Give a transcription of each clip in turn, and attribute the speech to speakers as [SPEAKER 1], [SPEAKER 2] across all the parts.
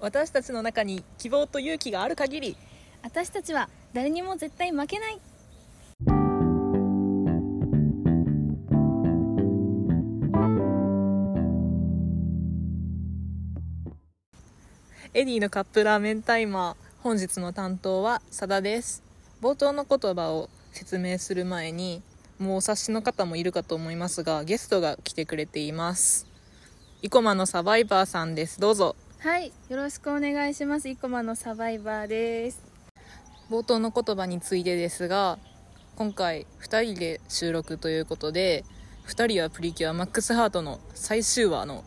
[SPEAKER 1] 私たちの中に希望と勇気がある限り
[SPEAKER 2] 私たちは誰にも絶対負けない
[SPEAKER 1] エディのカップラーメンタイマー本日の担当はさだです冒頭の言葉を説明する前にもうお察しの方もいるかと思いますがゲストが来てくれています生駒のサバイバーさんですどうぞ
[SPEAKER 2] はいよろしくお願いします生駒のサバイバーです
[SPEAKER 1] 冒頭の言葉についてですが今回2人で収録ということで2人はプリキュアマックスハートの最終話の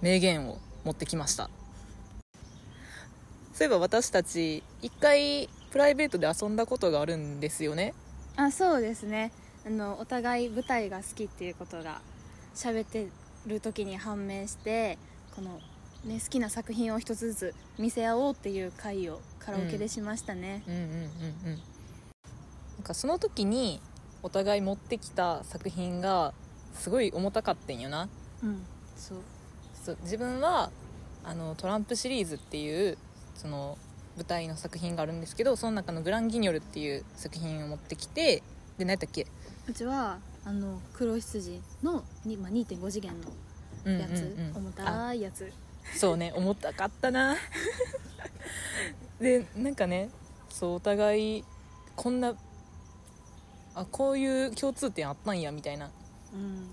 [SPEAKER 1] 名言を持ってきましたそういえば私たち1回プライベートで遊んだことがあるんですよね
[SPEAKER 2] あそうですねあのお互い舞台が好きっていうことが喋ってる時に判明してこの、ね、好きな作品を一つずつ見せ合おうっていう回をカラオケでしましたね、
[SPEAKER 1] うんうんうんうんなんかその時にお互い持ってきた作品がすごい重たかったんよな
[SPEAKER 2] うんそう
[SPEAKER 1] そう自分はあのトランプシリーズっていうその舞台の作品があるんですけどその中の「グランギニョル」っていう作品を持ってきてで何やったっけ、
[SPEAKER 2] うちはあの黒羊の、にまあ、2.5次元の
[SPEAKER 1] うんうん
[SPEAKER 2] やつ、
[SPEAKER 1] うん
[SPEAKER 2] 重
[SPEAKER 1] あ
[SPEAKER 2] たいやつ
[SPEAKER 1] そうね重たかった なでなんかねそうお互いこんなあこういう共通点あったんやみたいなっ
[SPEAKER 2] うん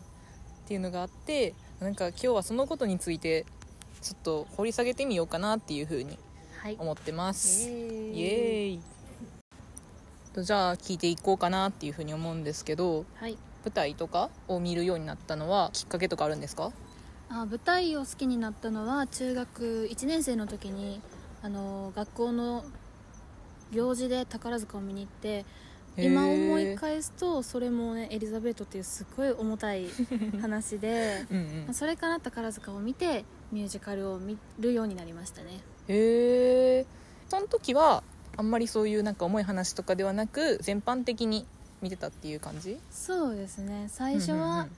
[SPEAKER 1] ていうのがあってなんか今日はそのことについてちょっと掘り下げてみようかなっていうふうに
[SPEAKER 2] はい
[SPEAKER 1] 思ってます。イエ
[SPEAKER 2] ーイ
[SPEAKER 1] ーイとじゃあ聞いていこうかなっていうふうに思うんですけど
[SPEAKER 2] はい
[SPEAKER 1] 舞台とかを見るようになったのはきっかけとかあるんですか
[SPEAKER 2] あ舞台を好きになったのは中学1年生の時にあの学校の行事で宝塚を見に行って今思い
[SPEAKER 1] へ
[SPEAKER 2] 返すとそれもね「エリザベート」っていうすごい重たい話 で
[SPEAKER 1] ーうんうん
[SPEAKER 2] それから宝塚を見てミュージカルを見るようになりましたね
[SPEAKER 1] へえその時はあんまりそういうなんか重い話とかではなく全般的に見てたっていう感じ
[SPEAKER 2] そうですね最初
[SPEAKER 1] うんうんう
[SPEAKER 2] は
[SPEAKER 1] ん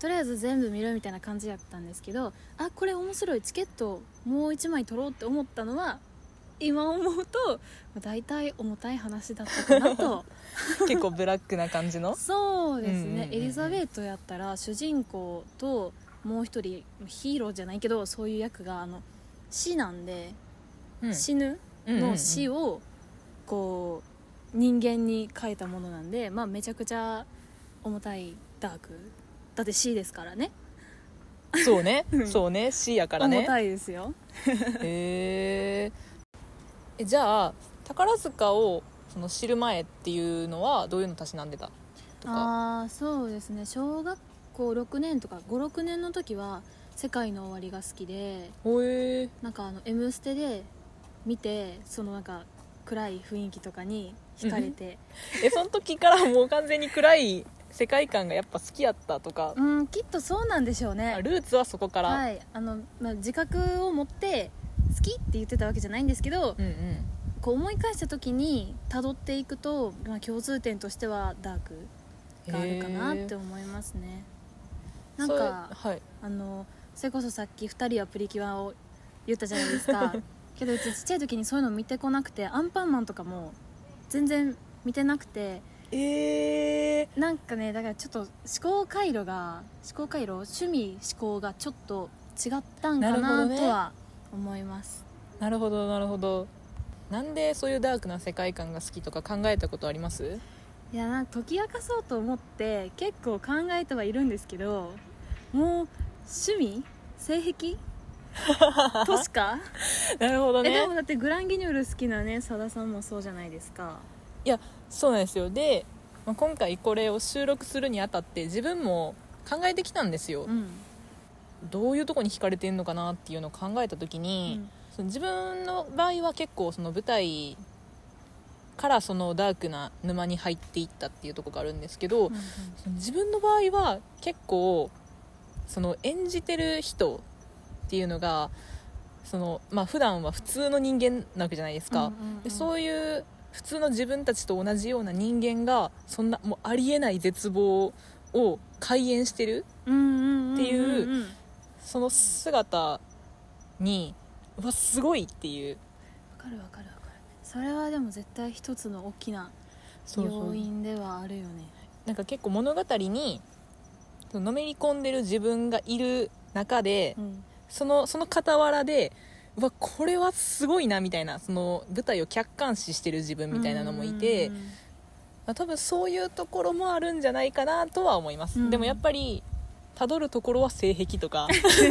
[SPEAKER 2] とりあえず全部見るみたいな感じだったんですけどあこれ面白いチケットもう1枚取ろうって思ったのは今思うと大体重たい話だったか なと
[SPEAKER 1] 結構ブラックな感じ の
[SPEAKER 2] そうですね、
[SPEAKER 1] うんうんうんうん
[SPEAKER 2] エリザベートやったら主人公ともう一人ヒーローじゃないけどそういう役があの死なんで、死ぬの死
[SPEAKER 1] を
[SPEAKER 2] をこう人間に変えたものなんで、まあ、めちゃくちゃ重たいダークだって死ですからね
[SPEAKER 1] そうね
[SPEAKER 2] うん
[SPEAKER 1] そうね死やからね
[SPEAKER 2] 重たいですよ
[SPEAKER 1] へーえじゃあ宝塚をその知る前っていうのはどういうのたしなんでたとか
[SPEAKER 2] ああーそうですね小学校6年とか56年の時は「世界の終わり」が好きで
[SPEAKER 1] ほえー
[SPEAKER 2] なんかあの「M ステ」で見てそのなんか暗い雰囲気とかに惹かれて
[SPEAKER 1] えその時からもう完全に暗い世界観がやっぱ好きやったとか
[SPEAKER 2] うんきっとそうなんでしょう
[SPEAKER 1] あ
[SPEAKER 2] ね
[SPEAKER 1] ルーツはそこから、
[SPEAKER 2] はいあの、まあ、自覚を持って好きって言ってたわけじゃないんですけど
[SPEAKER 1] うんうん
[SPEAKER 2] こう思い返した時に辿っていくと、まあ、共通点としてはダークがあるかなって
[SPEAKER 1] へ
[SPEAKER 2] 思いますね
[SPEAKER 1] ー
[SPEAKER 2] なんか
[SPEAKER 1] それはい
[SPEAKER 2] あのそれこそさっき2人はプリキュアを言ったじゃないです かけどうちちっちゃい時にそういうの見てこなくてアンパンマンとかも全然見てなくて
[SPEAKER 1] えー、
[SPEAKER 2] なんかねだからちょっと思考回路が思考回路趣味思考がちょっと違ったん
[SPEAKER 1] な
[SPEAKER 2] か
[SPEAKER 1] るほど
[SPEAKER 2] な
[SPEAKER 1] ね
[SPEAKER 2] とは思います、
[SPEAKER 1] なるほどなるほどなんでそういうダークな世界観が好きとか考えたことあり ます
[SPEAKER 2] いやなんか解き明かそうと思って結構考えてはいるんですけどもう趣味性 癖としか、
[SPEAKER 1] なるほど
[SPEAKER 2] えで
[SPEAKER 1] ね
[SPEAKER 2] もだってグランギニョル好きなねさださんもそうじゃないですか
[SPEAKER 1] そうなんですよで、まあ、今回これを収録するにあたって自分も考えてきたんですよ、
[SPEAKER 2] うん
[SPEAKER 1] どういうとこに惹かれてんのかなっていうのを考えた時に、その自分の場合は結構その舞台からそのダークな沼に入っていったっていうところがあるんですけど、
[SPEAKER 2] うん
[SPEAKER 1] 自分の場合は結構その演じてる人っていうのがそのまあ普段は普通の人間なわけじゃないですか、でそういう普通の自分たちと同じような人間がそんなもうありえない絶望を開演してる
[SPEAKER 2] うんうんうんうんうん
[SPEAKER 1] っていうその姿にうわすごいっていう
[SPEAKER 2] かるわかるわかるそれはでも絶対一つの大きな要因ではあるよね
[SPEAKER 1] なんか結構物語にそののめり込んでる自分がいる中で、
[SPEAKER 2] うん
[SPEAKER 1] そのその傍らでうわこれはすごいなみたいなその舞台を客観視してる自分みたいなのもいて、
[SPEAKER 2] うんうんうん
[SPEAKER 1] まあ、多分そういうところもあるんじゃないかなとは思います、
[SPEAKER 2] うん
[SPEAKER 1] でもやっぱりたどるところは性癖と か そう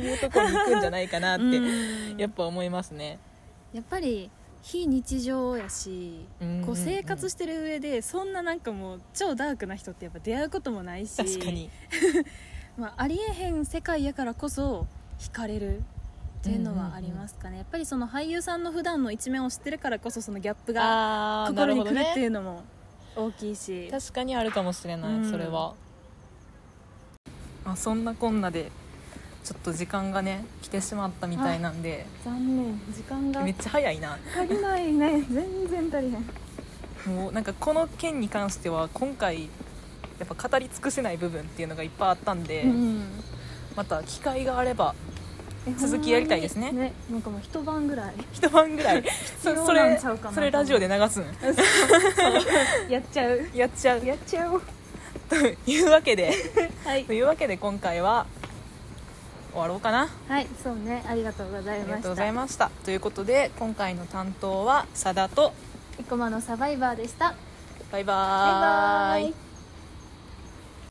[SPEAKER 1] いうところに行くんじゃないかなって、
[SPEAKER 2] うん
[SPEAKER 1] やっぱ思いますね、
[SPEAKER 2] やっぱり非日常やし
[SPEAKER 1] うんうんうん
[SPEAKER 2] こう生活してる上でそんななんかもう超ダークな人ってやっぱ出会うこともないし
[SPEAKER 1] 確かに
[SPEAKER 2] まあ、ありえへん世界やからこそ惹かれるっていうのはありますかね、やっぱりその俳優さんの普段の一面を知ってるからこそそのギャップが
[SPEAKER 1] あーな
[SPEAKER 2] 心
[SPEAKER 1] る
[SPEAKER 2] に
[SPEAKER 1] ほ
[SPEAKER 2] く
[SPEAKER 1] ど
[SPEAKER 2] るってい
[SPEAKER 1] ね
[SPEAKER 2] うのも大きいし、
[SPEAKER 1] 確かにあるかもしれない、
[SPEAKER 2] うん
[SPEAKER 1] それは、まあ、そんなこんなでちょっと時間がね来てしまったみたいなんで
[SPEAKER 2] 残念時間が
[SPEAKER 1] めっちゃ早いな
[SPEAKER 2] 足りないね 全然足りへん
[SPEAKER 1] もうなんかこの件に関しては今回やっぱ語り尽くせない部分っていうのがいっぱいあったんで、
[SPEAKER 2] うん
[SPEAKER 1] また機会があれば
[SPEAKER 2] え
[SPEAKER 1] 続きやりたいですね
[SPEAKER 2] ほんまにねなんかもう一 晩ぐらい
[SPEAKER 1] 一晩ぐ らいそ
[SPEAKER 2] 要
[SPEAKER 1] そ
[SPEAKER 2] なん
[SPEAKER 1] れ
[SPEAKER 2] ちゃうかな
[SPEAKER 1] それラジオで流すん
[SPEAKER 2] やっちゃう
[SPEAKER 1] やっちゃう
[SPEAKER 2] やっちゃおう
[SPEAKER 1] というわけで
[SPEAKER 2] はい
[SPEAKER 1] と、いうわけで今回は終わろうかな
[SPEAKER 2] はい、そうねありがとうござい
[SPEAKER 1] あり
[SPEAKER 2] ま
[SPEAKER 1] が
[SPEAKER 2] し
[SPEAKER 1] とう
[SPEAKER 2] た
[SPEAKER 1] ございましたということで今回の担当はさだと
[SPEAKER 2] 生駒のサバイバーでした
[SPEAKER 1] バイバー
[SPEAKER 2] バイバーイ